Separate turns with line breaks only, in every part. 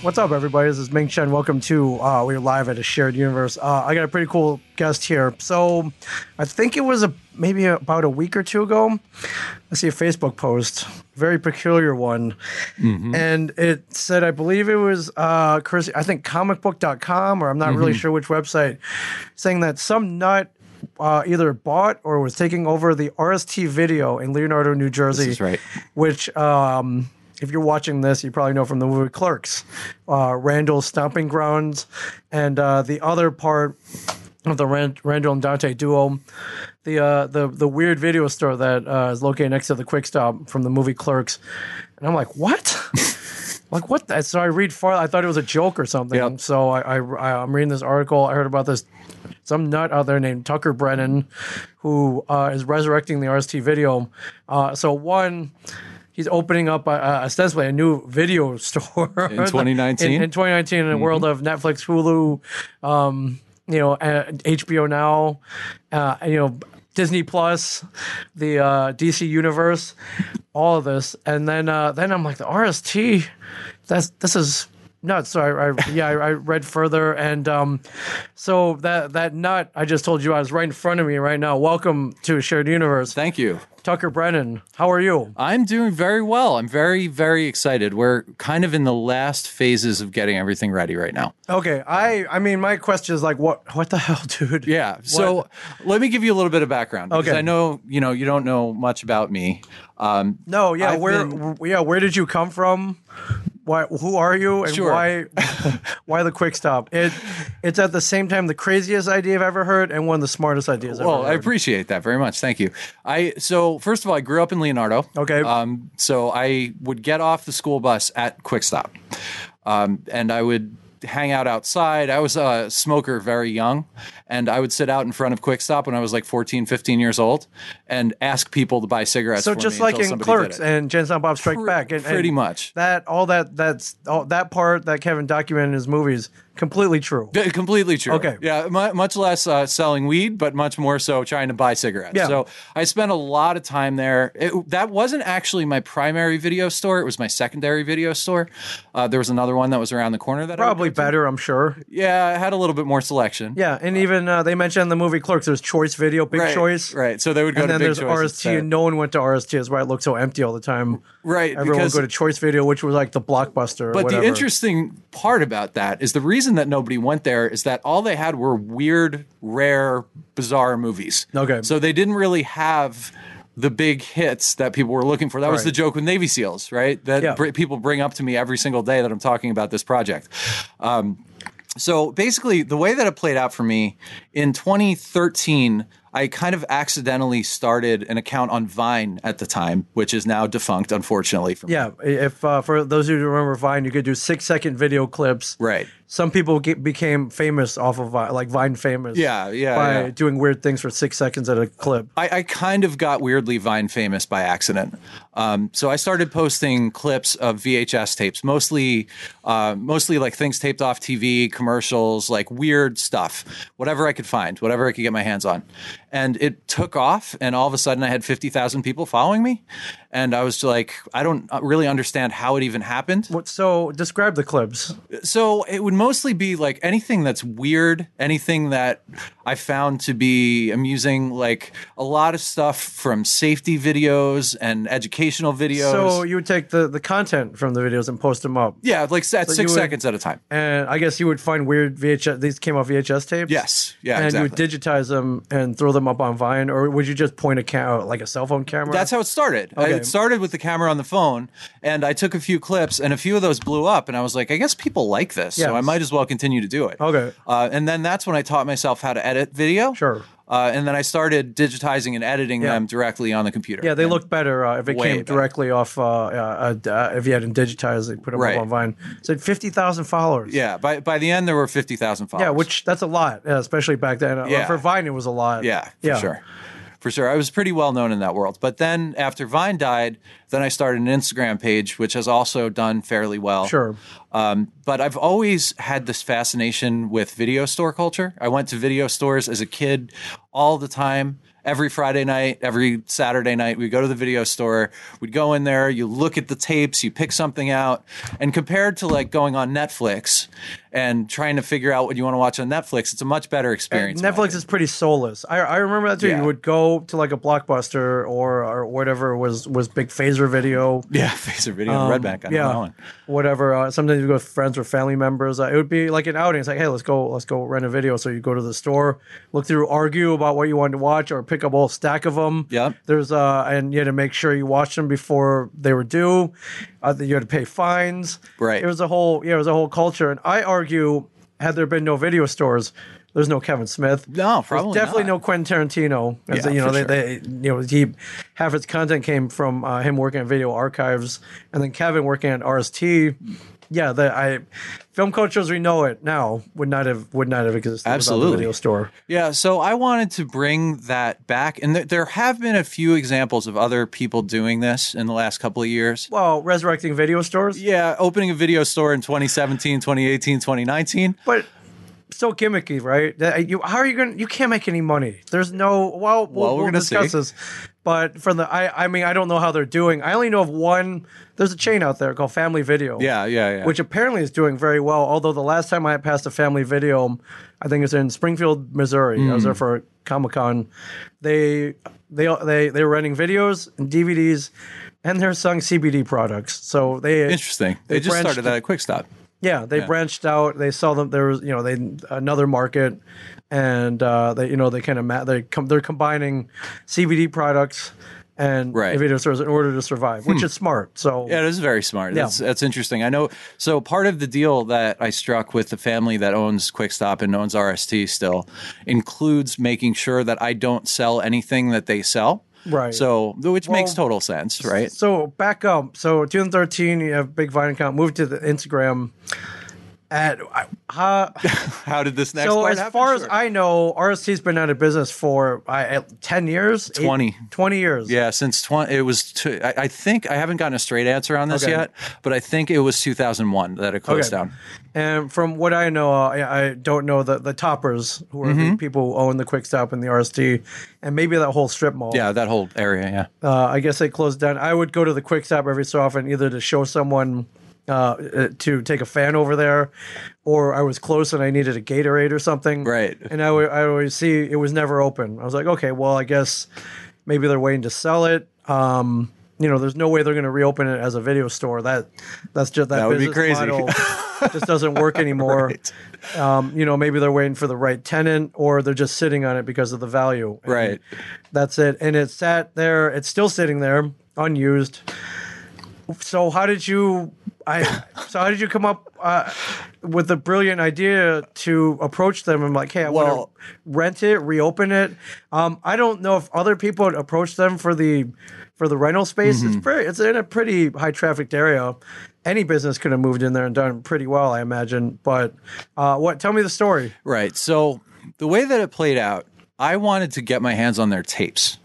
What's up, everybody? This is Ming Chen. Welcome to uh, we're live at a shared universe. Uh, I got a pretty cool guest here. So, I think it was a, maybe about a week or two ago. I see a Facebook post, very peculiar one,
Mm-hmm.
and it said I believe it was uh, Chris. I think comicbook.com or I'm not
Mm-hmm.
really sure which website, saying that some nut. Uh, either bought or was taking over the RST video in Leonardo, New Jersey.
is right.
Which, um, if you're watching this, you probably know from the movie Clerks, uh, Randall's stomping grounds, and uh, the other part of the Rand- Randall and Dante duo, the uh, the the weird video store that uh, is located next to the Quick Stop from the movie Clerks, and I'm like, what? like what? The-? So I read far. I thought it was a joke or something.
Yep.
So I, I I'm reading this article. I heard about this some nut out there named Tucker Brennan, who uh, is resurrecting the RST video. Uh, so one. He's opening up uh, uh, ostensibly a new video store in
2019?
in, 2019 in a world of Netflix, Hulu, um, you know, uh, HBO Now, uh, you know, Disney Plus, the uh, DC Universe, all of this, and then uh, then I'm like the RST. That's this is nuts. So I, I yeah I, I read further, and um, so that that nut I just told you I was right in front of me right now. Welcome to Shared Universe,
Thank you.
Tucker Brennan. How are you?
I'm doing very well. I'm very, very excited. We're kind of in the last phases of getting everything ready right now.
Okay, I I mean my question is like what what the hell, dude?
Yeah. So
What?
let me give you a little bit of background. because
Okay.
I know, you know, you don't know much about me. Um,
No, yeah,
I've
where
been-
w- yeah, where did you come from? Why who are you and
Sure.
why why the quick stop? It it's at the same time the craziest idea I've ever heard and one of the smartest ideas
well, I
I've ever heard.
appreciate that very much. Thank you. I so first of all, I grew up in Leonardo.
Okay.
Um, so I would get off the school bus at Quick Stop, um, and I would hang out outside. I was a smoker very young, and I would sit out in front of Quick Stop when I was like 14, 15 years old, and ask people to buy cigarettes.
so
for
just
me
like
until
in
somebody did
Clerks
it.
and Jen Silent Bob Strike
Pre-
Back and, and
pretty much.
that all that that's all that part that Kevin documented in his movies completely true.
D- completely true.
Okay.
Yeah, mu much less uh, selling weed, but much more so trying to buy cigarettes.
Yeah.
So I spent a lot of time there. It, that wasn't actually my primary video store; it was my secondary video store. Uh, there was another one that was around the corner that I would
Probably
go to.
better, I'm sure.
Yeah, it had a little bit more selection.
Yeah, and even uh, they mentioned in the movie Clerks there's Choice Video, Big
Right,
Choice.
Right. So they would go
And
to
then
Big
there's
Choice
RST,
instead.
and no one went to RST. Is why it looked so empty all the time.
Right,
Everyone would
because-
go to Choice Video, which was like the blockbuster.
But
or whatever.
the interesting part about that is the reason that nobody went there is that all they had were weird, rare, bizarre movies.
Okay.
So they didn't really have the big hits that people were looking for. That was
Right.
the joke with Navy SEALs, right? That
Yeah.
br- people bring up to me every single day that I'm talking about this project. Um, so basically, the way that it played out for me in 2013, I kind of accidentally started an account on Vine at the time, which is now defunct, unfortunately. For me.
yeah. If uh, for those of you who remember Vine, you could do six second video clips.
Right.
Some people get, became famous off of Vine, like Vine famous.
Yeah, yeah,
By
yeah.
doing weird things for six seconds at a clip.
I, I kind of got weirdly Vine famous by accident. Um, so I started posting clips of VHS tapes, mostly, uh, mostly like things taped off TV, commercials, like weird stuff, whatever I could find, whatever I could get my hands on. And it took off, and all of a sudden I had fifty thousand people following me, and I was like, I don't uh, really understand how it even happened
What? So describe the clips.
so it would mostly be like anything that's weird, anything that I found to be amusing, like a lot of stuff from safety videos and educational videos.
So you would take the the content from the videos and post them up.
yeah, like at
you
six
would-
seconds at a time.
And I guess you would find weird VHS. These came off VHS tapes.
Yes. Yeah,
And
exactly.
you would digitize them and throw them up on Vine, or would you just point a camera, like a cell phone camera?
That's how it started.
Okay.
I- It started with the camera on the phone, and I took a few clips, and a few of those blew up. And I was like, I guess people like this,
Yes.
so I might as well continue to do it.
Okay.
Uh, and then that's when I taught myself how to edit video.
Sure.
Uh, and then I started digitizing and editing them directly on the computer.
Yeah, they
And-
look better uh, if it
Way
came
better.
directly off. Uh, uh, uh, if you hadn't digitized, it, put them
Right.
up on Vine. It said fifty thousand followers.
Yeah, by by the end there were fifty thousand followers.
yeah, which that's a lot, yeah, especially back then. Uh,
Yeah.
For Vine, it was a lot.
yeah, for sure, for sure. I was pretty well known in that world. But then after Vine died, Then I started an Instagram page, which has also done fairly well.
Sure.
Um, but I've always had this fascination with video store culture. I went to video stores as a kid all the time. Every Friday night, every Saturday night, we go to the video store. We'd go in there, you look at the tapes, you pick something out. And compared to like going on Netflix and trying to figure out what you want to watch on Netflix, it's a much better experience.
Uh, Netflix is pretty soulless. I, I remember that too.
Yeah.
You would go to like a blockbuster or or whatever was was big phaser video.
Yeah, Phaser Video and Redback. I know that one.
Um, whatever. Uh, sometimes you go with friends or family members. Uh, it would be like an outing. It's like, hey, let's go, let's go rent a video. So you go to the store, look through, argue about what you wanted to watch, or pick up a whole stack of them.
Yep.
There's uh, and you had to make sure you watched them before they were due. Uh, you had to pay fines.
Right.
It was a whole, yeah, it was a whole culture. And I argue, had there been no video stores. There's no Kevin Smith.
No, probably
There's definitely
not.
no Quentin Tarantino. As
Yeah,
you know,
for
they,
sure.
they, you know, he half his content came from uh, him working at Video Archives, and then Kevin working at RST. Yeah, the I film culture as we know it now would not have would not have existed without the
Absolutely.
video store.
Yeah, so I wanted to bring that back, and th- there have been a few examples of other people doing this in the last couple of years.
Well, resurrecting video stores,
Yeah, opening a video store in 2017, 2018, 2019.
but so gimmicky, right? That you how are you gonna you can't make any money. There's no well we'll,
Well, we're
we'll
gonna
discuss
see.
this. But from the I I mean I don't know how they're doing. I only know of one there's a chain out there called Family Video.
Yeah, yeah, yeah.
which apparently is doing very well. Although the last time I passed a family video, I think it's in Springfield, Missouri. I was
Hmm.
there for Comic Con. They they they they were renting videos and DVDs, and they're selling CBD products. So they
interesting. They, just
branched-
started that at Quick Stop.
yeah, they branched out. They saw them. There was, you know, they another market, and uh, they, you know, they kind of ma- they com- they're combining CBD products and
Right. Hmm.
video stores in order to survive, which is smart. So
Yeah, it is very smart. That's, that's interesting. I know. So part of the deal that I struck with the family that owns Quick Stop and owns RST still includes making sure that I don't sell anything that they sell.
Right.
So, which makes total sense, right?
So back up. So 2013, you have big Vine account. Moved to the Instagram. At uh,
How did this next?
so
part
as
happen?
far as
Sure.
I know, RST's been out of business for I, at 10 years,
20.
20 years.
Yeah, since 20, it was, two, I, I think, I haven't gotten a straight answer on this
Okay.
yet, but I think it was 2001 that it closed
Okay.
down.
And from what I know, uh, I, I don't know the, the toppers who are
Mm-hmm.
the people who own the Quick Stop and the RST, and maybe that whole strip mall.
Yeah, that whole area. Yeah.
uh, I guess they closed down. I would go to the quick stop every so often, either to show someone uh, uh, to take a fan over there, or I was close and I needed a Gatorade or something.
Right.
And I would I always see it was never open. I was like, okay, well, I guess maybe they're waiting to sell it. Um, you know, there's no way they're going to reopen it as a video store. That that's just that,
That would be
business
crazy.
model just doesn't work anymore. Um, you know, maybe they're waiting for the right tenant, or they're just sitting on it because of the value. And
Right.
that's it. And it sat there. It's still sitting there, unused. So how did you? I so how did you come up uh, with the brilliant idea to approach them? I'm like, hey, I
Well-
want to rent it, reopen it. Um, I don't know if other people had approached them for the for the rental space.
Mm-hmm.
It's very it's in a pretty high trafficked area. Any business could have moved in there and done pretty well, I imagine. But uh, what? Tell me the story.
Right. So the way that it played out, I wanted to get my hands on their tapes.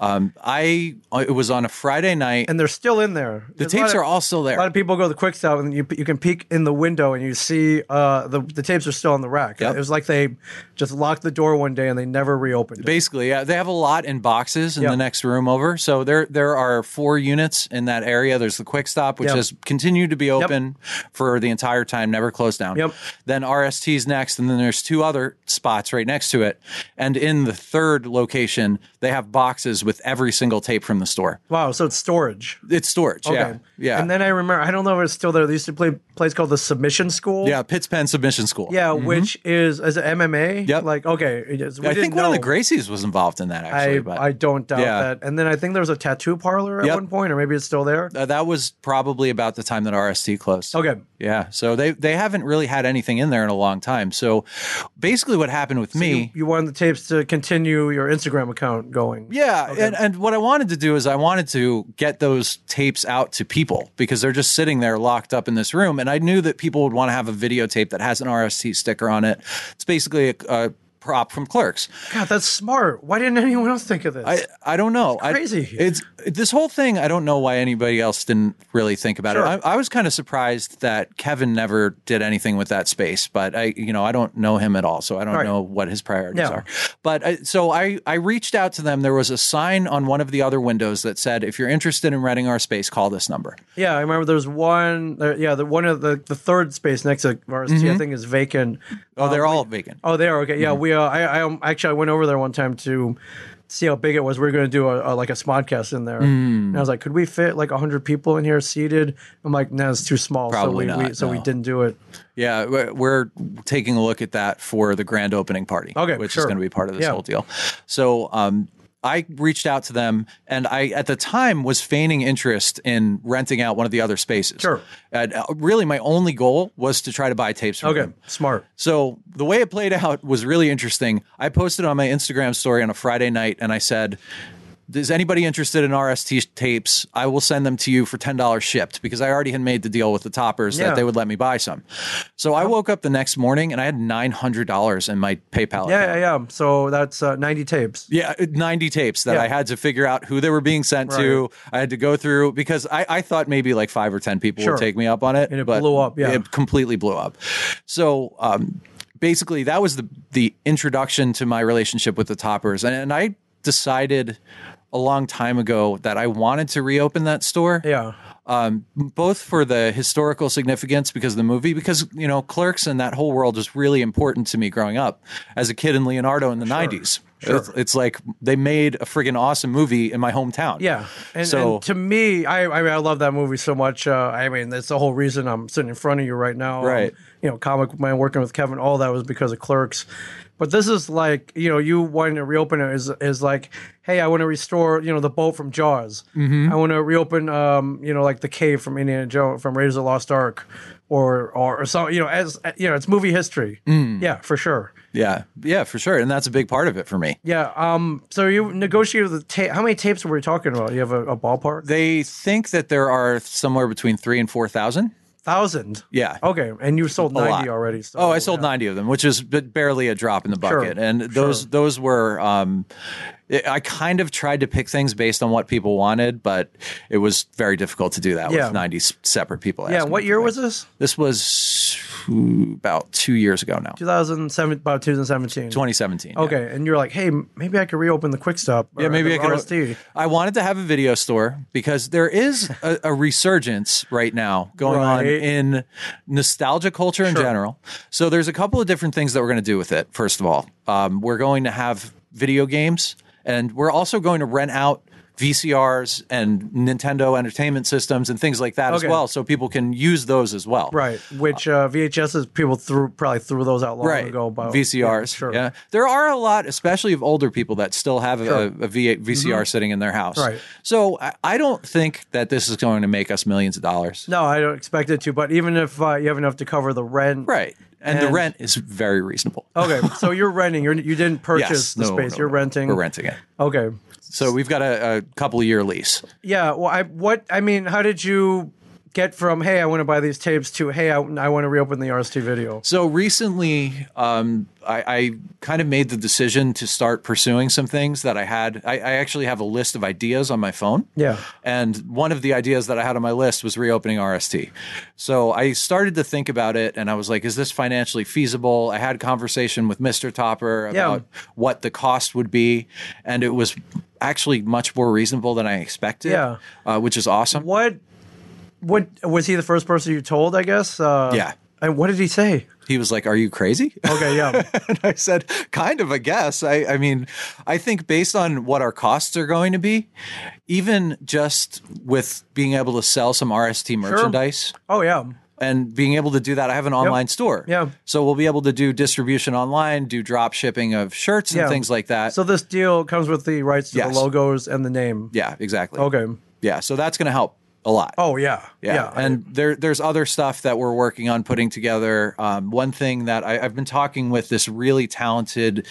Um, I, it was on a Friday night.
And they're still in there.
the tapes are all still
A lot
there.
of people go to the quick stop and you you can peek in the window and you see uh, the the tapes are still on the rack.
Yep.
It was like they just locked the door one day and they never reopened it.
Basically, yeah, they have a lot in boxes in
Yeah.
the next room over. So there there are four units in that area. There's the Quick Stop, which
Yeah.
has continued to be open for the entire time, never closed down.
Yep.
Then RST's next, and then there's two other spots right next to it. And in the third location, they have boxes with every single tape from the store.
Wow, so it's storage.
It's storage. Yeah. Yeah.
And then I remember I don't know if it's still there. They used to play place called the Submission School.
yeah, Pitts Penn Submission School.
Yeah, which is as an MMA.
Yep.
Like okay, it is, we
I think
didn't
one of the
know.
Gracies was involved in that actually,
I,
but
I don't doubt
Yeah.
that. And then I think there was a tattoo parlor at
Yep.
one point, or maybe it's still there.
uh, that was probably about the time that RST closed.
Okay.
Yeah. So they they haven't really had anything in there in a long time. So basically what happened with me
You wanted the tapes to continue your Instagram account going.
yeah, and, and what I wanted to do is I wanted to get those tapes out to people because they're just sitting there locked up in this room, and I knew that people would want to have a videotape that has an RST sticker on it. It's basically a, a prop from Clerks.
God, that's smart. Why didn't anyone else think of this?
I, I don't know.
It's crazy.
I, it's this whole thing. I don't know why anybody else didn't really think about
Sure.
it. I, I was kind of surprised that Kevin never did anything with that space, but I, you know, I don't know him at all, so I don't
Right.
know what his priorities
Yeah.
are. But I, so I, I reached out to them. There was a sign on one of the other windows that said, "If you're interested in renting our space, call this number."
yeah, I remember there's one. There, yeah, the one of the the third space next to RST I think is vacant.
Oh, they're all vacant.
Oh, they are okay. Yeah, we. Uh, I, I um, actually I went over there one time to see how big it was. We were going to do a, a like a smodcast in there, and I was like, could we fit like hundred people in here seated? I'm like, no, it's too small.
Probably
so we, we
not,
so we
no.
didn't do it.
Yeah, we're, we're taking a look at that for the grand opening party,
Okay,
which
sure.
is going to be part of this
Yeah.
whole deal. So, um, I reached out to them, and I at the time was feigning interest in renting out one of the other spaces.
Sure.
And uh, really, my only goal was to try to buy tapes from
Okay,
them.
smart.
So the way it played out was really interesting. I posted on my Instagram story on a Friday night, and I said. Is anybody interested in RST tapes? I will send them to you for ten dollars shipped because I already had made the deal with the toppers
Yeah.
that they would let me buy some. So I woke up the next morning and I had nine hundred dollars in my PayPal. account.
Yeah, yeah, yeah. So that's uh, 90 tapes.
Yeah, 90 tapes that
Yeah.
I had to figure out who they were being sent to. I had to go through because I, I thought maybe like five or 10 people
Sure.
would take me up on it.
And it
but
blew up, yeah.
It completely blew up. So, um, basically, that was the, the introduction to my relationship with the Toppers. And, and I decided a long time ago that I wanted to reopen that store
Yeah,
um, both for the historical significance because of the movie, because you know, Clerks and that whole world was really important to me growing up as a kid in Leonardo in the '90s. It's, it's like they made a friggin' awesome movie in my hometown.
yeah. And,
so
and to me, I I, mean, I love that movie so much. Uh, I mean, that's the whole reason I'm sitting in front of you right now. Um,
Right.
you know, comic man working with Kevin, all that was because of Clerks. But this is like, you know, you wanting to reopen it is is like, hey, I want to restore, you know, the boat from Jaws.
Mm-hmm.
I want to reopen, um, you know, like the cave from Indiana Jones from Raiders of the Lost Ark, or or, or so, you know, as uh, you know, it's movie history.
Mm.
Yeah, for sure.
yeah, yeah, for sure, and that's a big part of it for me.
Yeah. Um. So you negotiated the tape. How many tapes were we talking about? You have a, a ballpark?
They think that there are somewhere between three and four thousand.
Thousand.
Yeah.
Okay. And you sold ninety
lot.
already. So,
Oh, I sold 90 of them, which is b- barely a drop in the
Sure,
bucket. And those
sure.
those were um, I- I kind of tried to pick things based on what people wanted, but it was very difficult to do that
Yeah.
with 90 s- separate people.
Yeah.
asking
What
me
year
for
was
things.
this?
This was ooh, about 2 years ago now.
2007, about 2017.
2017. yeah.
Okay, and you're like, hey, m- maybe I could reopen the Quick Stop.
Yeah,
or
maybe
the
I could.
RSD.
I wanted to have a video store because there is a, a resurgence right now going on
Right.
in nostalgia culture in general. So there's a couple of different things that we're going to do with it. First of all, um, we're going to have video games, and we're also going to rent out. VCRs and Nintendo Entertainment Systems and things like that as
Okay.
well, so people can use those as well.
Right, which uh, VHSs people threw probably threw those out long
right.
ago. About
VCRs.
yeah,
Yeah,
sure.
there are a lot, especially of older people that still have a a, a V- VCR sitting in their house.
Mm-hmm. Right.
So I, I don't think that this is going to make us millions of dollars.
No, I don't expect it to. But even if uh, you have enough to cover the rent,
Right. And, the
And- Oh,
rent is very reasonable.
Okay, so you're renting. You're, you didn't purchase
yes.
the
no,
space.
no,
you're
no.
renting.
We're renting it.
Okay.
So we've got a, a couple of year lease.
Yeah. Well, I what I mean, how did you get from hey, I want to buy these tapes to hey, I, I want to reopen the RST video?
So recently, um, I, I kind of made the decision to start pursuing some things that I had. I, I actually have a list of ideas on my phone.
Yeah.
And one of the ideas that I had on my list was reopening RST. So I started to think about it and I was like, is this financially feasible? I had a conversation with Mr. Topper
Yeah.
about what the cost would be. And it was actually much more reasonable than I expected,
Yeah.
uh, which is awesome.
What? What was he the first person you told? I guess. Uh,
Yeah.
And what did he say?
He was like, are you crazy?
Okay. Yeah.
and I said, kind of, I guess. I, I mean, I think based on what our costs are going to be, even just with being able to sell some RST merchandise
oh yeah.
and being able to do that, I have an online store.
Yeah.
So we'll be able to do distribution online, do drop shipping of shirts and
Yeah.
things like that.
So this deal comes with the rights to
Yes.
the logos and the name.
yeah, exactly.
Okay.
Yeah. So that's going to help a lot.
Oh yeah,
Yeah. and there, there's other stuff that we're working on putting together. Um, one thing that I, I've been talking with this really talented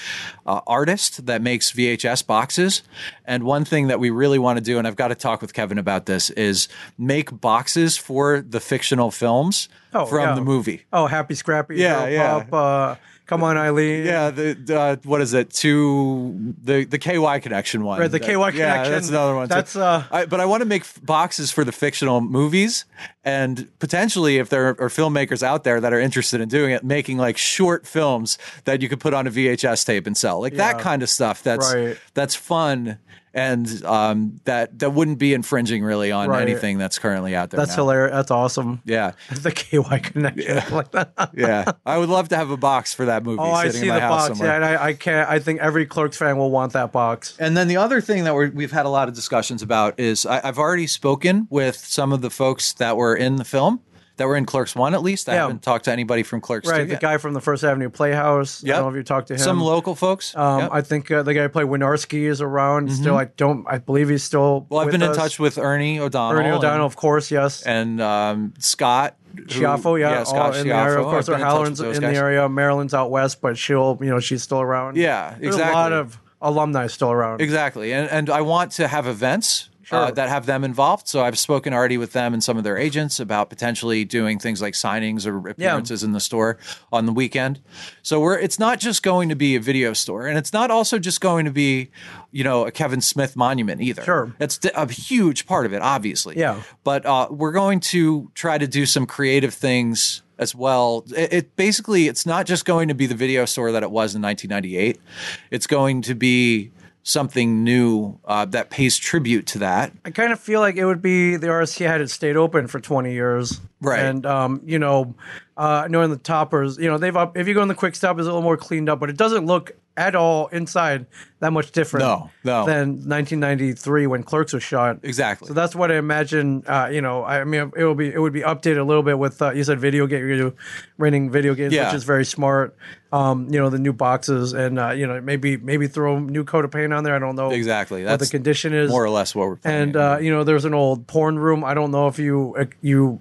uh, artist that makes VHS boxes. And one thing that we really want to do, and I've got to talk with Kevin about this, is make boxes for the fictional films
Oh,
from
yeah.
the movie.
oh happy scrappy. Hero
Yeah, yeah.
Pop, uh, come on, Eileen.
Yeah, the, the uh, what is it? To the the KY connection one.
Right, the
That-
KY
Yeah,
connection.
that's another one. too.
That's, uh,
I, but I want to make f- boxes for the fictional movies, and potentially, if there are filmmakers out there that are interested in doing it, making like short films that you could put on a VHS tape and sell, like that
Yeah.
kind of stuff. That's
Right.
that's fun, and um, that that wouldn't be infringing really on
Right.
anything that's currently out there.
That's
now.
hilarious. That's awesome.
Yeah,
The KY connection. Like that.
yeah. I would love to have a box for that movie
Oh, I
sitting
see
in my
the
house
box.
somewhere.
Yeah, and I, I can't. I think every Clerks fan will want that box.
And then the other thing that we're, we've had a lot of discussions about is I, I've already spoken with some of the folks that were in the film, that were in Clerks 1 at least. I
Yeah.
haven't talked to anybody from Clerks 2
Right, the
yet.
guy from the First Avenue Playhouse. I
Yep.
don't know if you talked to him.
Some local folks.
um,
Yep. Mm-hmm.
I think uh, the guy who played Winarski is around still. I don't. I believe he's still.
well, I've
with
been in
us.
touch with Ernie O'Donnell.
Ernie O'Donnell,
And,
of course. Yes.
and, um, Scott. who-
Chiaffo, yeah,
Scott
all in the area. Of course, or
Schiaffo. I've been in touch with
Halloran's in
those
the
guys.
area. Maryland's out west, but she'll, you know, she's still around.
Yeah,
There's a lot
exactly.
of alumni still around.
Exactly. And, and I want to have events. Uh,
Sure.
that have them involved. So I've spoken already with them and some of their agents about potentially doing things like signings or appearances in the store on the weekend. So we're it's not just going to be a video store, and it's not also just going to be, you know, a Kevin Smith monument either.
Sure.
that's d- a huge part of it, obviously.
Yeah.
but uh, we're going to try to do some creative things as well. It, it basically it's not just going to be the video store that it was in 1998. It's going to be something new uh, that pays tribute to that.
I kind of feel like it would be the RSC had it stayed open for 20 years.
Right.
And, um, you know, uh, knowing the toppers, you know, they've up, if you go in the quick stop, it's a little more cleaned up, but it doesn't look at all inside that much different
No, no.
than 1993 when Clerks was shot.
Exactly.
So that's what I imagine. Uh, you know, I mean, it will be it would be updated a little bit with uh, you said video game, you do renting video games,
Yeah.
which is very smart. Um, you know, the new boxes and uh, you know maybe maybe throw a new coat of paint on there. I don't know
Exactly.
what the
That's
condition is.
more or less what we're planning.
and uh, you know, there's an old porn room. I don't know if you uh, you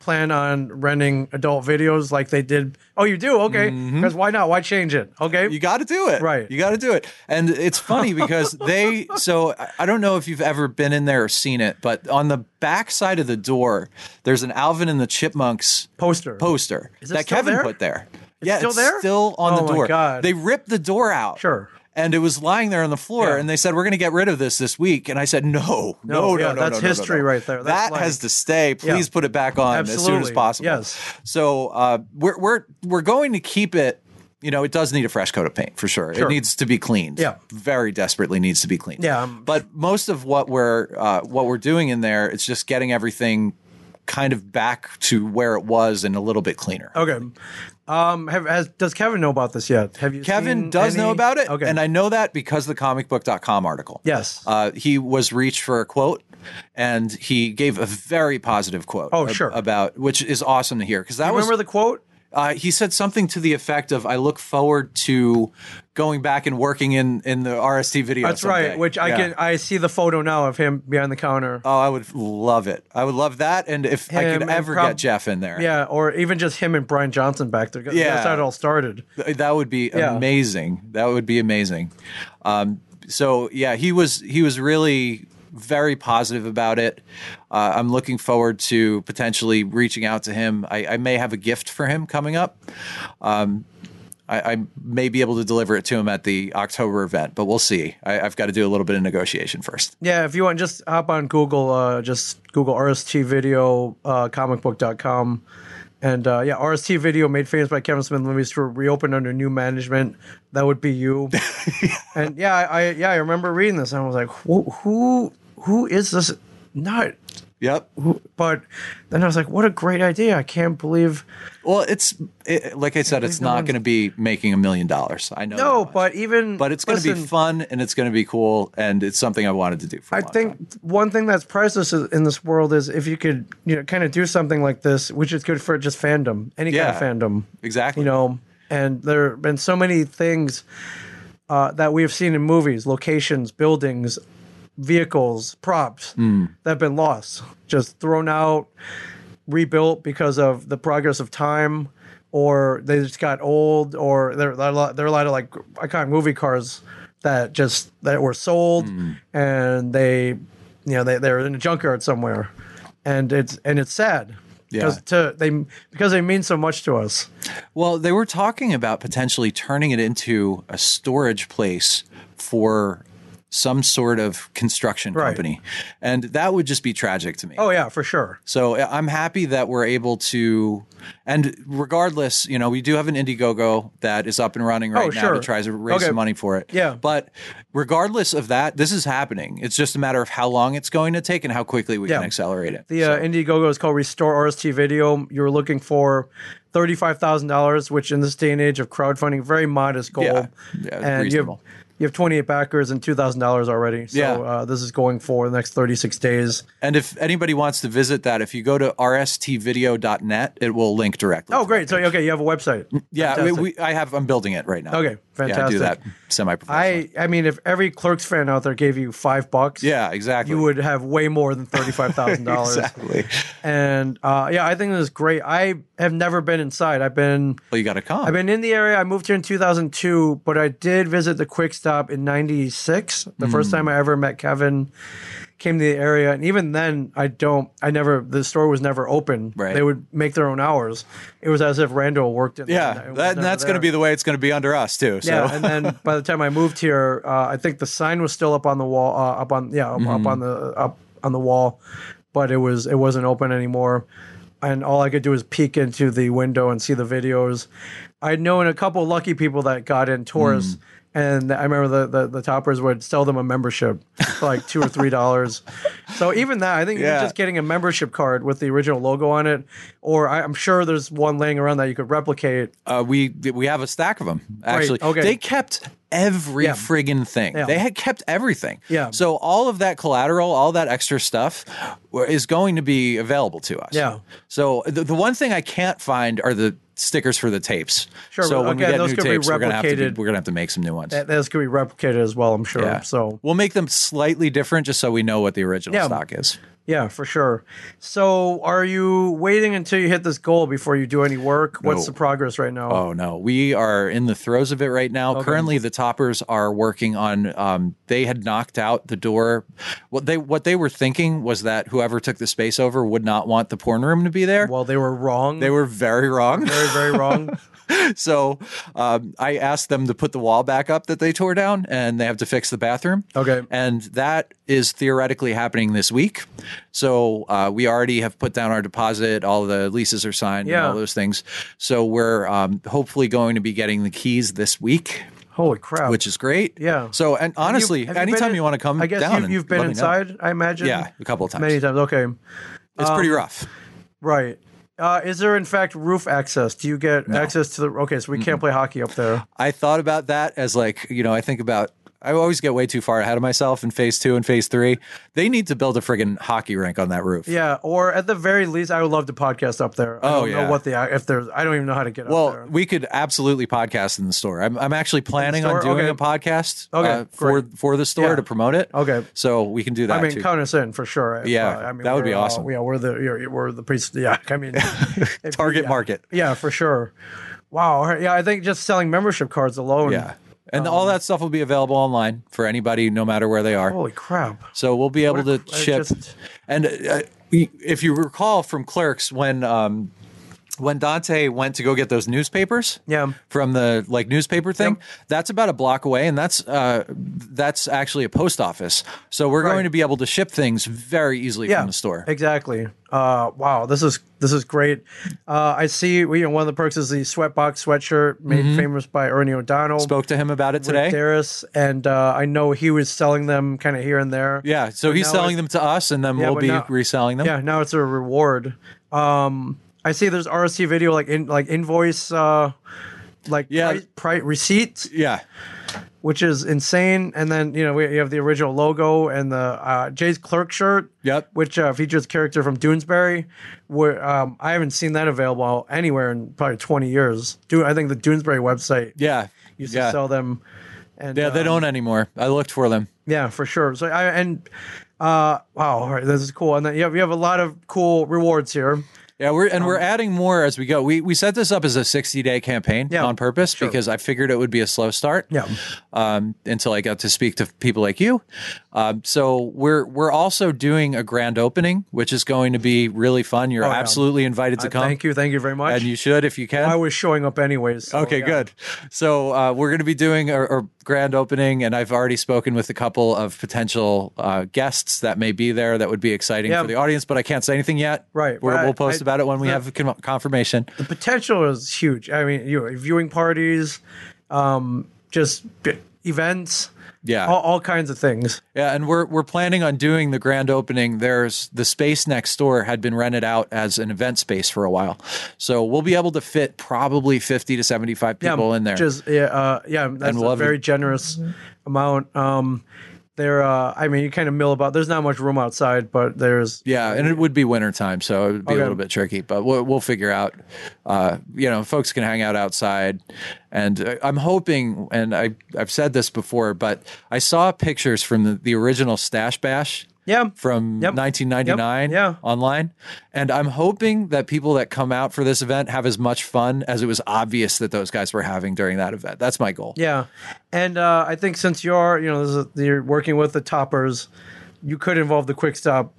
plan on renting adult videos like they did. Oh, you do? Okay, because why not? Why change it? Okay,
Mm-hmm. you got to do it.
uh, Right.
You got to do it. And it's funny because they, so I- I don't know if you've ever been in there or seen it, but on the back side of the door, there's an Alvin and the Chipmunks
poster.
poster
it
that
still
Kevin
there?
put there. yeah,
still
it's
there?
still on
Oh
the
my
door.
God.
They ripped the door out.
Sure.
And it was lying there on the floor,
Yeah.
and they said, "We're going to get rid of this this week." And I said, "No, no, no,
yeah,
no,
that's
no, no, no,
history
no.
right there. That's
That
like-
has to stay. Please put it back on as soon as
Absolutely.
possible."
Yes.
So uh, we're we're we're going to keep it. You know, it does need a fresh coat of paint for sure.
Sure.
It needs to be cleaned.
Yeah.
very desperately needs to be cleaned.
Yeah, um,
but most of what we're uh, what we're doing in there, it's just getting everything kind of back to where it was and a little bit cleaner.
Okay. Um, have, has, does Kevin know about this yet? Have you?
Kevin
seen
does
any-
know about it,
Okay.
and I know that because of the comicbook.com article.
Yes.
Uh, he was reached for a quote, and he gave a very positive quote.
Oh,
ab-
sure.
About which is awesome to hear because that was
remember the quote.
uh, he said something to the effect of, "I look forward to going back and working in in the RST video."
That's
someday."
right. Which I
Yeah.
can I see the photo now of him behind the counter.
Oh, I would love it. I would love that, and if I
Him
could
and
ever
prob-
get Jeff in there,
yeah, or even just him and Brian Johnson back there.
Yeah.
that's how it all started.
th- that would be
Yeah.
amazing. That would be amazing. Um, so yeah, he was he was really very positive about it. Uh, I'm looking forward to potentially reaching out to him. I, I may have a gift for him coming up. Um, I, I may be able to deliver it to him at the October event, but we'll see. I, I've got to do a little bit of negotiation first.
Yeah, if you want, just hop on Google. Uh, just Google RST video uh, comicbook.com. And uh, yeah, RST video made famous by Kevin Smith movies to reopen under new management. That would be you. and yeah, I I- yeah I remember reading this and I was like, who who who is this nut?
Yep.
But then I was like, what a great idea! I can't believe
Well, it's it, like I said, it's not going to be making a million dollars. I know.
no,
that much.
but even
but it's going to be
listen,
fun and it's going to be cool and it's something I wanted to do. For a
I
long
think
time.
one thing that's priceless is- in this world is if you could you know kind of do something like this, which is good for just fandom, any
Yeah.
kind of fandom,
exactly.
you know. And there have been so many things uh, that we have seen in movies, locations, buildings, vehicles, props
Hmm.
that have been lost, just thrown out, rebuilt because of the progress of time, or they just got old, or there there are a lot, there are a lot of like iconic movie cars that just that were sold
Hmm.
and they, you know, they they're in a junkyard somewhere, and it's and it's sad.
Yeah.
Because to they because they mean so much to us.
Well, they were talking about potentially turning it into a storage place for some sort of construction
Right.
company. And that would just be tragic to me.
Oh yeah, for sure.
So I- I'm happy that we're able to, and regardless, you know, we do have an Indiegogo that is up and running right
Oh,
now
sure.
to try to raise
Okay.
some money for it.
Yeah.
But regardless of that, this is happening. It's just a matter of how long it's going to take and how quickly we
Yeah.
can accelerate it.
The uh, Indiegogo is called Restore RST Video. You were looking for thirty-five thousand dollars, which in this day and age of crowdfunding, very modest goal.
Yeah. Yeah,
and
reasonable.
you have you have twenty-eight backers and two thousand dollars already. So
Yeah.
uh, this is going for the next thirty-six days.
And if anybody wants to visit that, if you go to rstvideo.net, it will link directly.
Oh,
to
great!
it.
So okay, you have a website.
Mm, Yeah, we,
Fantastic.
we, I have. I'm building it right now.
Okay,
Yeah, I do
fantastic.
that semi-professionally.
I I mean, if every Clerks fan out there gave you five bucks,
yeah, exactly.
you would have way more than thirty-five thousand dollars.
exactly.
And uh, yeah, I think this is great. I have never been inside. I've been
Well, you got to come.
I've been in the area. I moved here in 2002, but I did visit the Quick Stop in 96. The
Hmm.
first time I ever met Kevin came to the area. And even then, I don't, I never, the store was never open.
Right.
They would make their own hours. It was as if Randall worked in there and it
yeah,
was
that,
never
that's going to
there.
be the way it's going to be under us too. So.
Yeah, and then by the time I moved here, uh, I think the sign was still up on the wall, uh, up on yeah, up, up
Mm-hmm.
on the up on the wall, but it was it wasn't open anymore, and all I could do was peek into the window and see the videos. I'd known a couple lucky people that got in tourists.
Mm.
And I remember the, the, the toppers would sell them a membership for like two or three dollars. so even that, I think
Yeah.
even just getting a membership card with the original logo on it, or I, I'm sure there's one laying around that you could replicate.
Uh, we we have a stack of them actually.
okay.
They kept every
Yeah.
friggin' thing. They had kept everything.
Yeah.
So all of that collateral, all that extra stuff, were- is going to be available to us.
Yeah.
So the, the one thing I can't find are the stickers for the tapes.
Sure, but
So when we
again,
get
those
new
could be
tapes, we're gonna have to do-
replicated.
we're gonna have to make some new ones.
That, that's going to be replicated as well, I'm sure.
yeah.
So
we'll make them slightly different just so we know what the original
Yeah.
stock is.
Yeah, for sure. So, are you waiting until you hit this goal before you do any work?
No.
What's the progress right now?
Oh no, we are in the throes of it right now. Currently, the toppers are working on. Um, they had knocked out the door. What they what they were thinking was that whoever took the space over would not want the porn room to be there.
Well, they were wrong.
they were very wrong.
very, very wrong.
so um, I asked them to put the wall back up that they tore down, and they have to fix the bathroom.
Okay.
and that is theoretically happening this week. So uh, we already have put down our deposit. All the leases are signed. and
Yeah.
all those things. So we're um, hopefully going to be getting the keys this week.
Holy crap!
Which is great.
Yeah.
So, and honestly,
have
anytime
been
you want to come
I guess
down,
you,
and
you've been
let me know.
inside. I imagine.
Yeah, a couple of times.
many times. Okay,
It's pretty
Um,
rough.
right. Uh, is there in fact roof access? Do you get access to the? Okay, so we can't play hockey up there.
I thought about that as like, you know, I think about I always get way too far ahead of myself in phase two and phase three. They need to build a friggin' hockey rink on that roof.
Yeah, or at the very least, I would love to podcast up there. I
Oh,
don't
yeah.
know what the uh, if there's. I don't even know how to get
Well,
up there.
we could absolutely podcast in the store. I'm, I'm actually planning on
store?
doing
Okay.
a podcast uh,
Okay,
for
great.
for the store
Yeah.
to promote it.
Okay.
so we can do that
I mean,
too.
count us in for sure.
Yeah,
Uh, I mean,
that would be
we're, uh,
awesome.
yeah, we're the you're, we're the priest. Yeah, I mean, if-
Target
yeah.
market.
Yeah, for sure. Wow. all right, Yeah, I think just selling membership cards alone.
Yeah, and
Um,
all that stuff will be available online for anybody, no matter where they are.
Holy crap.
So we'll be able to
I
ship.
just-
and uh, if you recall from Clerks, when um, when Dante went to go get those newspapers,
Yeah.
from the like newspaper thing, that's about a block away, and that's uh, that's actually a post office. So we're
Right.
going to be able to ship things very easily
Yeah.
from the store.
Exactly. Uh, wow. This is this is great. Uh, I see. We, you know, one of the perks is the sweatbox sweatshirt made famous by Ernie O'Donnell.
Mm-hmm. Spoke to him about it
Rick
today.
Darris, and uh, I know he was selling them kind of here and there.
Yeah, so he's
now
selling
it-
them to us, and then we'll
but
be
now-
reselling them.
Yeah, now it's a reward. Um, I see there's RSC video like in like invoice, uh, like
Yeah.
price, price receipts,
yeah.
which is insane. And then you know we you have the original logo and the uh, Jay's clerk shirt.
Yep.
Which uh, features a character from Doonesbury, where um, I haven't seen that available anywhere in probably 20 years. Do I think the Doonesbury website
Yeah.
used
yeah.
to sell them, And
Yeah, they
um,
don't anymore. I looked for them.
Yeah, for sure. So I and uh wow, all right, this is cool. And then you have, you have a lot of cool rewards here.
Yeah, we're and we're
Um,
adding more as we go. We we set this up as a 60 day campaign
Yeah,
on purpose because I figured it would be a slow start.
Yeah.
Um, until I got to speak to people like you. Um, so we're we're also doing a grand opening, which is going to be really fun. You're
Oh, yeah.
absolutely invited to come,
Thank you, thank you very much.
and you should if you can.
I was showing up anyways. so,
Okay,
Oh, yeah.
good. So uh, we're going to be doing a, a grand opening, and I've already spoken with a couple of potential uh, guests that may be there. That would be exciting
Yeah.
for the audience, but I can't say anything yet.
Right,
We're,
right.
we'll
I-
post about it when we have con- confirmation.
The potential is huge. I mean, you know, viewing parties, um, just b- events,
Yeah,
all, all kinds of things.
yeah, and we're we're planning on doing the grand opening. There's the space next door had been rented out as an event space for a while, so we'll be able to fit probably 50 to 75 people in there.
Just yeah, uh, yeah, that's
we'll
a
have
very
a-
generous amount. Um, there, uh, I mean, you kind of mill about. There's not much room outside, but there's
Yeah, and it would be winter time, so it would be
Okay.
a little bit tricky. But we'll, we'll figure out. Uh, you know, folks can hang out outside, and uh, I'm hoping. And I I've said this before, but I saw pictures from the, the original Stash Bash.
Yeah.
From
Yep.
1999
Yep. Yeah.
online. And I'm hoping that people that come out for this event have as much fun as it was obvious that those guys were having during that event. That's my goal.
Yeah, and uh, I think since you are, you know, this is, you're working with the toppers, you could involve the quick stop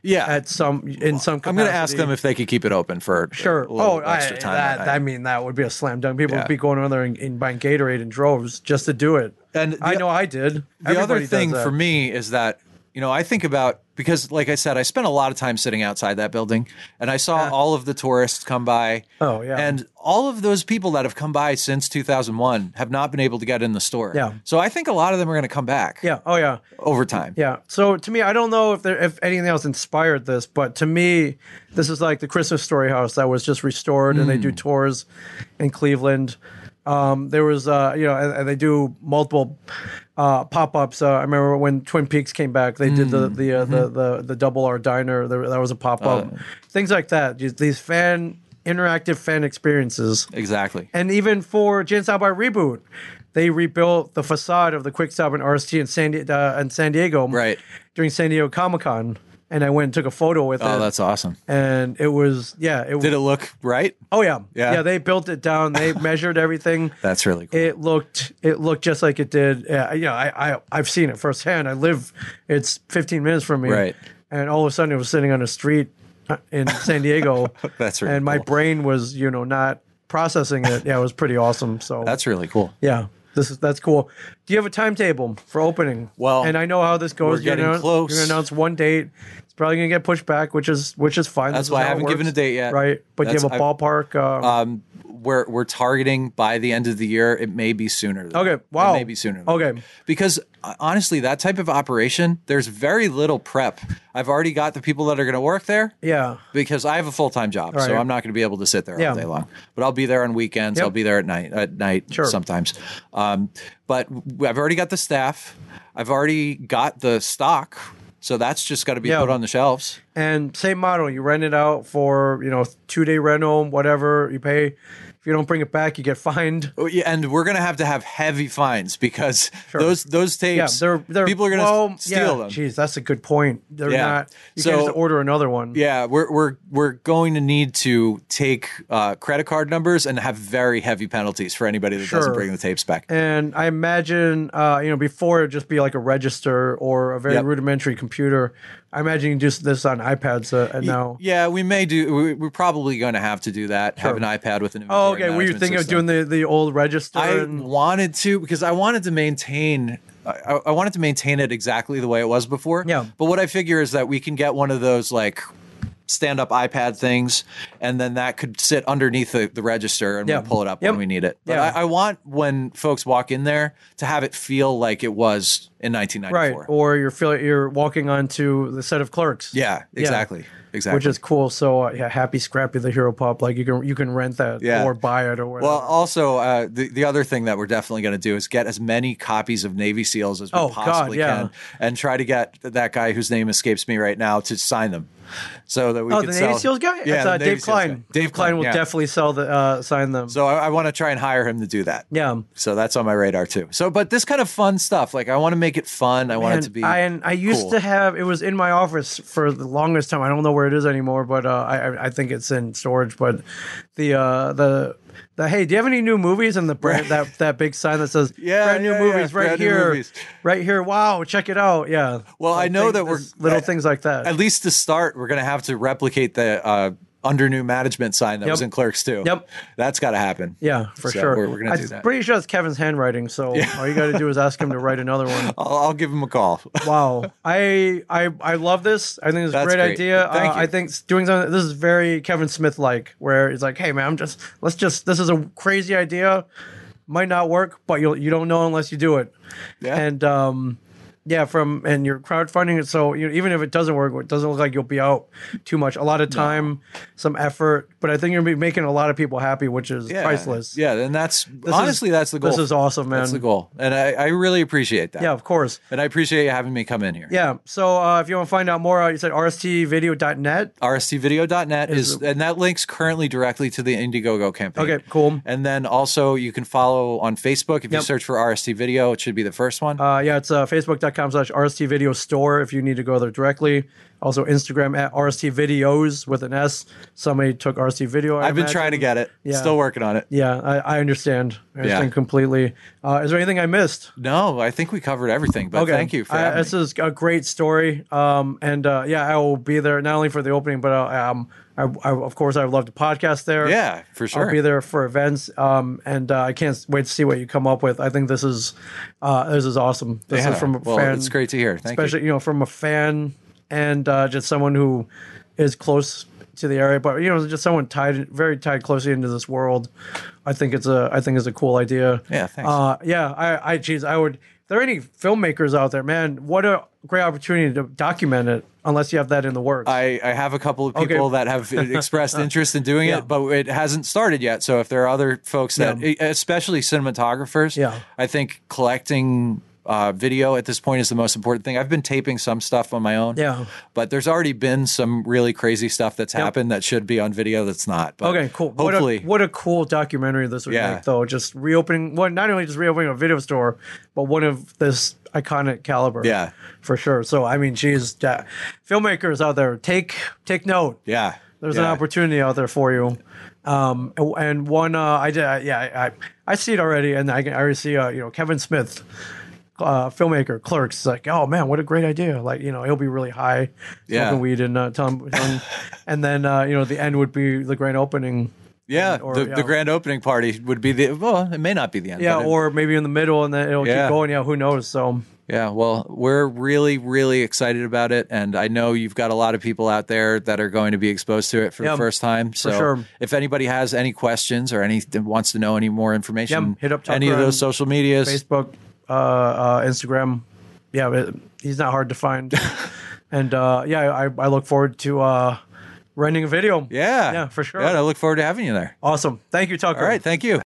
Yeah.
at some in some. Capacity.
I'm going to ask them if they could keep it open for
Sure.
a little
Oh, I,
extra time.
that,
that
I
night.
mean, that would be a slam dunk. People
Yeah.
would be going over there and, and buying Gatorade in droves just to do it.
And the-
I know I did.
the other thing for me is that you know i think about because like i said i spent a lot of time sitting outside that building and i saw all of the tourists come by
Oh, yeah.
and all of those people that have come by since 2001 have not been able to get in the store
Yeah.
so i think a lot of them are going to come back
Yeah. Oh, yeah.
over time
Yeah. So to me, I don't know if there, if anything else inspired this, but to me, this is like the Christmas Story House that was just restored, and they do tours in Cleveland. Um, there was, uh, you know, and, and they do multiple uh, pop ups. Uh, I remember when Twin Peaks came back, they did the the, uh, the the the Double R Diner. There, that was a pop up. Things like that. Just These fan interactive fan experiences.
exactly
And even for Jane Silent Bob reboot, they rebuilt the facade of the Quick Stop and RST in San, Di- uh, in San Diego
Right.
during San Diego Comic Con. And I went and took a photo with
oh
it.
that's awesome
and it was, yeah. It,
did it look right
Oh, yeah.
Yeah.
Yeah, they built it down. They measured everything.
that's really cool
It looked it looked just like it did. Yeah, you know, I, I I've seen it firsthand. I live. It's 15 minutes from me.
Right.
And all of a sudden, it was sitting on a street uh, in San Diego.
That's really
And my
cool.
brain was, you know, not processing it. Yeah, it was pretty awesome. So
that's really cool
yeah. This is that's cool. Do you have a timetable for opening?
Well,
and I know how this goes.
we're
You're gonna
getting
announce-
close.
You're gonna announce one date. It's probably gonna get pushed back, which is which is fine.
That's
This is
why I
how it
haven't given
works.
a date yet.
Right, but do you
That's-
have a ballpark. Uh,
um we're we're targeting by the end of the year it may be sooner than
Okay,
that.
wow.
it may be sooner than
Okay.
that. because uh, honestly that type of operation there's very little prep i've already got the people that are going to work there
yeah.
because i have a full-time job so
Right.
i'm not going to be able to sit there
Yeah.
all day long but i'll be there on weekends
Yep.
i'll be there at night at night
Sure.
sometimes um, but w- i've already got the staff i've already got the stock so that's just got to be
Yeah.
put on the shelves
And same model, you rent it out for you know two day rental, whatever you pay. If you don't bring it back, you get fined.
Oh, yeah, and we're gonna have to have heavy fines because those those
Yeah,
tapes,
they're they're
people are gonna s-
well,
steal
yeah,
them.
Geez, that's a good point. They're
Yeah.
not. You
So-
can just order another one.
Yeah, we're we're we're going to need to take uh, credit card numbers and have very heavy penalties for anybody that
Sure.
doesn't bring the tapes back.
And I imagine, uh, you know, before it would just be like a register or a very
Yep.
rudimentary computer. I imagine you can do this on iPads uh, and now.
Yeah, we may do. We, we're probably going to have to do that. Have an iPad with an. Inventory
Oh, okay. Were you
management
thinking of
system.
doing the, the old register?
I
and-
wanted to because I wanted to maintain. I, I wanted to maintain it exactly the way it was before.
Yeah.
But what I figure is that we can get one of those like stand-up iPad things, and then that could sit underneath the, the register, and
Yeah.
we'll pull it up
Yep.
when we need it. But
Yeah.
I, I want when folks walk in there to have it feel like it was in
right.
1994.
Or you're feeling, you're walking onto the set of clerks.
Yeah. Exactly. Exactly.
Which is cool. So uh, yeah, happy Scrappy the Hero Pop. Like you can you can rent that
Yeah.
or buy it or whatever.
Well, also uh, the the other thing that we're definitely going to do is get as many copies of Navy SEALs as we
Oh, God,
possibly
yeah.
can, and try to get that guy whose name escapes me right now to sign them. so that we
Oh,
could
the
sell.
Navy SEALs guy?
Yeah,
That's, uh,
the Navy
Dave
SEALs
Klein.
guy. Dave Klein
will
yeah.
definitely sell the uh, sign them.
So I, I want to try and hire him to do that.
yeah.
So that's on my radar too. So, but this kind of fun stuff, like I want to make it fun. I want it
And
to be.
I, and I used
cool.
to have it was in my office for the longest time. I don't know where it is anymore, but uh, I I- I think it's in storage. But the uh, the the hey, do you have any new movies? And the brand, that that big sign that says
Yeah,
brand new
yeah, yeah,
movies right
brand new
here,
movies.
right here. Wow, check it out. Yeah.
Well, I know that we're-
there's little
I-
things like that.
at least to start, we're going to have to replicate the uh, under new management sign that
Yep.
was in Clerks too.
Yep.
that's got to happen.
yeah, for
So
sure.
we're- we're gonna
I'm
do that.
pretty sure it's Kevin's handwriting. So all you got to do is ask him to write another one.
I'll, I'll give him a call.
Wow, I I I love this. I think it's a
That's
great,
great.
idea.
Thank
uh,
you.
I think s- doing something this is very Kevin Smith like, where it's like, hey man, I'm just let's just this is a crazy idea, might not work, but you will you don't know unless you do it,
Yeah.
and um. Yeah, from and you're crowdfunding it, so you know, even if it doesn't work, it doesn't look like you'll be out too much. A lot of time, some effort, but I think you're gonna be making a lot of people happy, which is
Yeah.
priceless.
Yeah, and that's
This is-
honestly that's the goal.
This is awesome, man.
That's the goal, and I, I really appreciate that.
Yeah, of course.
and I appreciate you having me come in here.
Yeah. So uh, if you want to find out more, uh, you said rstvideo.net.
RSTvideo.net is, and that links currently directly to the Indiegogo campaign.
Okay, cool.
And then also you can follow on Facebook if you
Yep.
search for RST Video, it should be the first one.
Uh, yeah, it's uh, facebook.com slash RST Video Store if you need to go there directly. Also, Instagram at RST Videos with an S. Somebody took RST Video. I
I've been
imagine.
trying to get it.
Yeah.
Still working on it.
Yeah, I, I understand. I understand
Yeah.
completely. Uh, is there anything I missed?
No, I think we covered everything. But
Okay.
thank you for
I-
having
This is a great story. Um, and uh, yeah, I will be there not only for the opening, but uh, um, I, I, of course, I would love to podcast there.
me. Yeah, for
I'll be
sure.
there for events, um, and uh, I can't s- wait to see what you come up with. I think this is uh, this is awesome. This
Yeah.
is from a
well,
fan.
it's great to hear. Thank
especially you. know from a fan and uh, just someone who is close to the area, but you know just someone tied very tied closely into this world. I think it's a I think it's a cool idea.
Yeah, thanks.
Uh, yeah, I I geez, I would. If there are any filmmakers out there, man, what a great opportunity to document it. Unless you have that in the works.
you. I, I have a couple of people that have expressed interest in doing
Yeah.
it, but it hasn't started yet. So if there are other folks that, e, especially cinematographers,
Yeah.
I think collecting uh, video at this point is the most important thing. I've been taping some stuff on my own,
Yeah.
but there's already been some really crazy stuff that's happened that should be on video that's not. But
Okay, cool.
Hopefully,
what a, what a cool documentary this would
Yeah.
make, though. Just reopening, well, not only just reopening a video store, but one of this iconic caliber.
Yeah.
for sure. So, I mean, geez, da- filmmakers out there, take take note.
yeah,
There's an
yeah.
opportunity out there for you. Um, and- and one, uh, I did, I, yeah, I, I see it already, and I can I already see, uh, you know, Kevin Smith. Uh, filmmaker clerks it's like oh man what a great idea like you know he'll be really high
Yeah.
smoking weed and uh, tum- tum- and then uh, you know the end would be the grand opening
Yeah,
or,
the,
yeah.
the grand opening party would be the well, it may not be the end.
Yeah,
but it-
or maybe in the middle, and then it'll
Yeah.
keep going. Yeah, who knows? So
yeah. Well, we're really, really excited about it, and I know you've got a lot of people out there that are going to be exposed to it for
Yeah,
the first time. So,
sure.
if anybody has any questions or any wants to know any more information,
Yeah, hit up Tucker
any of those
on
social medias.
Facebook, uh, uh, Instagram, yeah, but he's not hard to find. and uh, yeah, I, I look forward to uh, renting a video.
Yeah,
Yeah, for sure.
Yeah, and I look forward to having you there.
Awesome. Thank you, Tucker.
All right, thank you.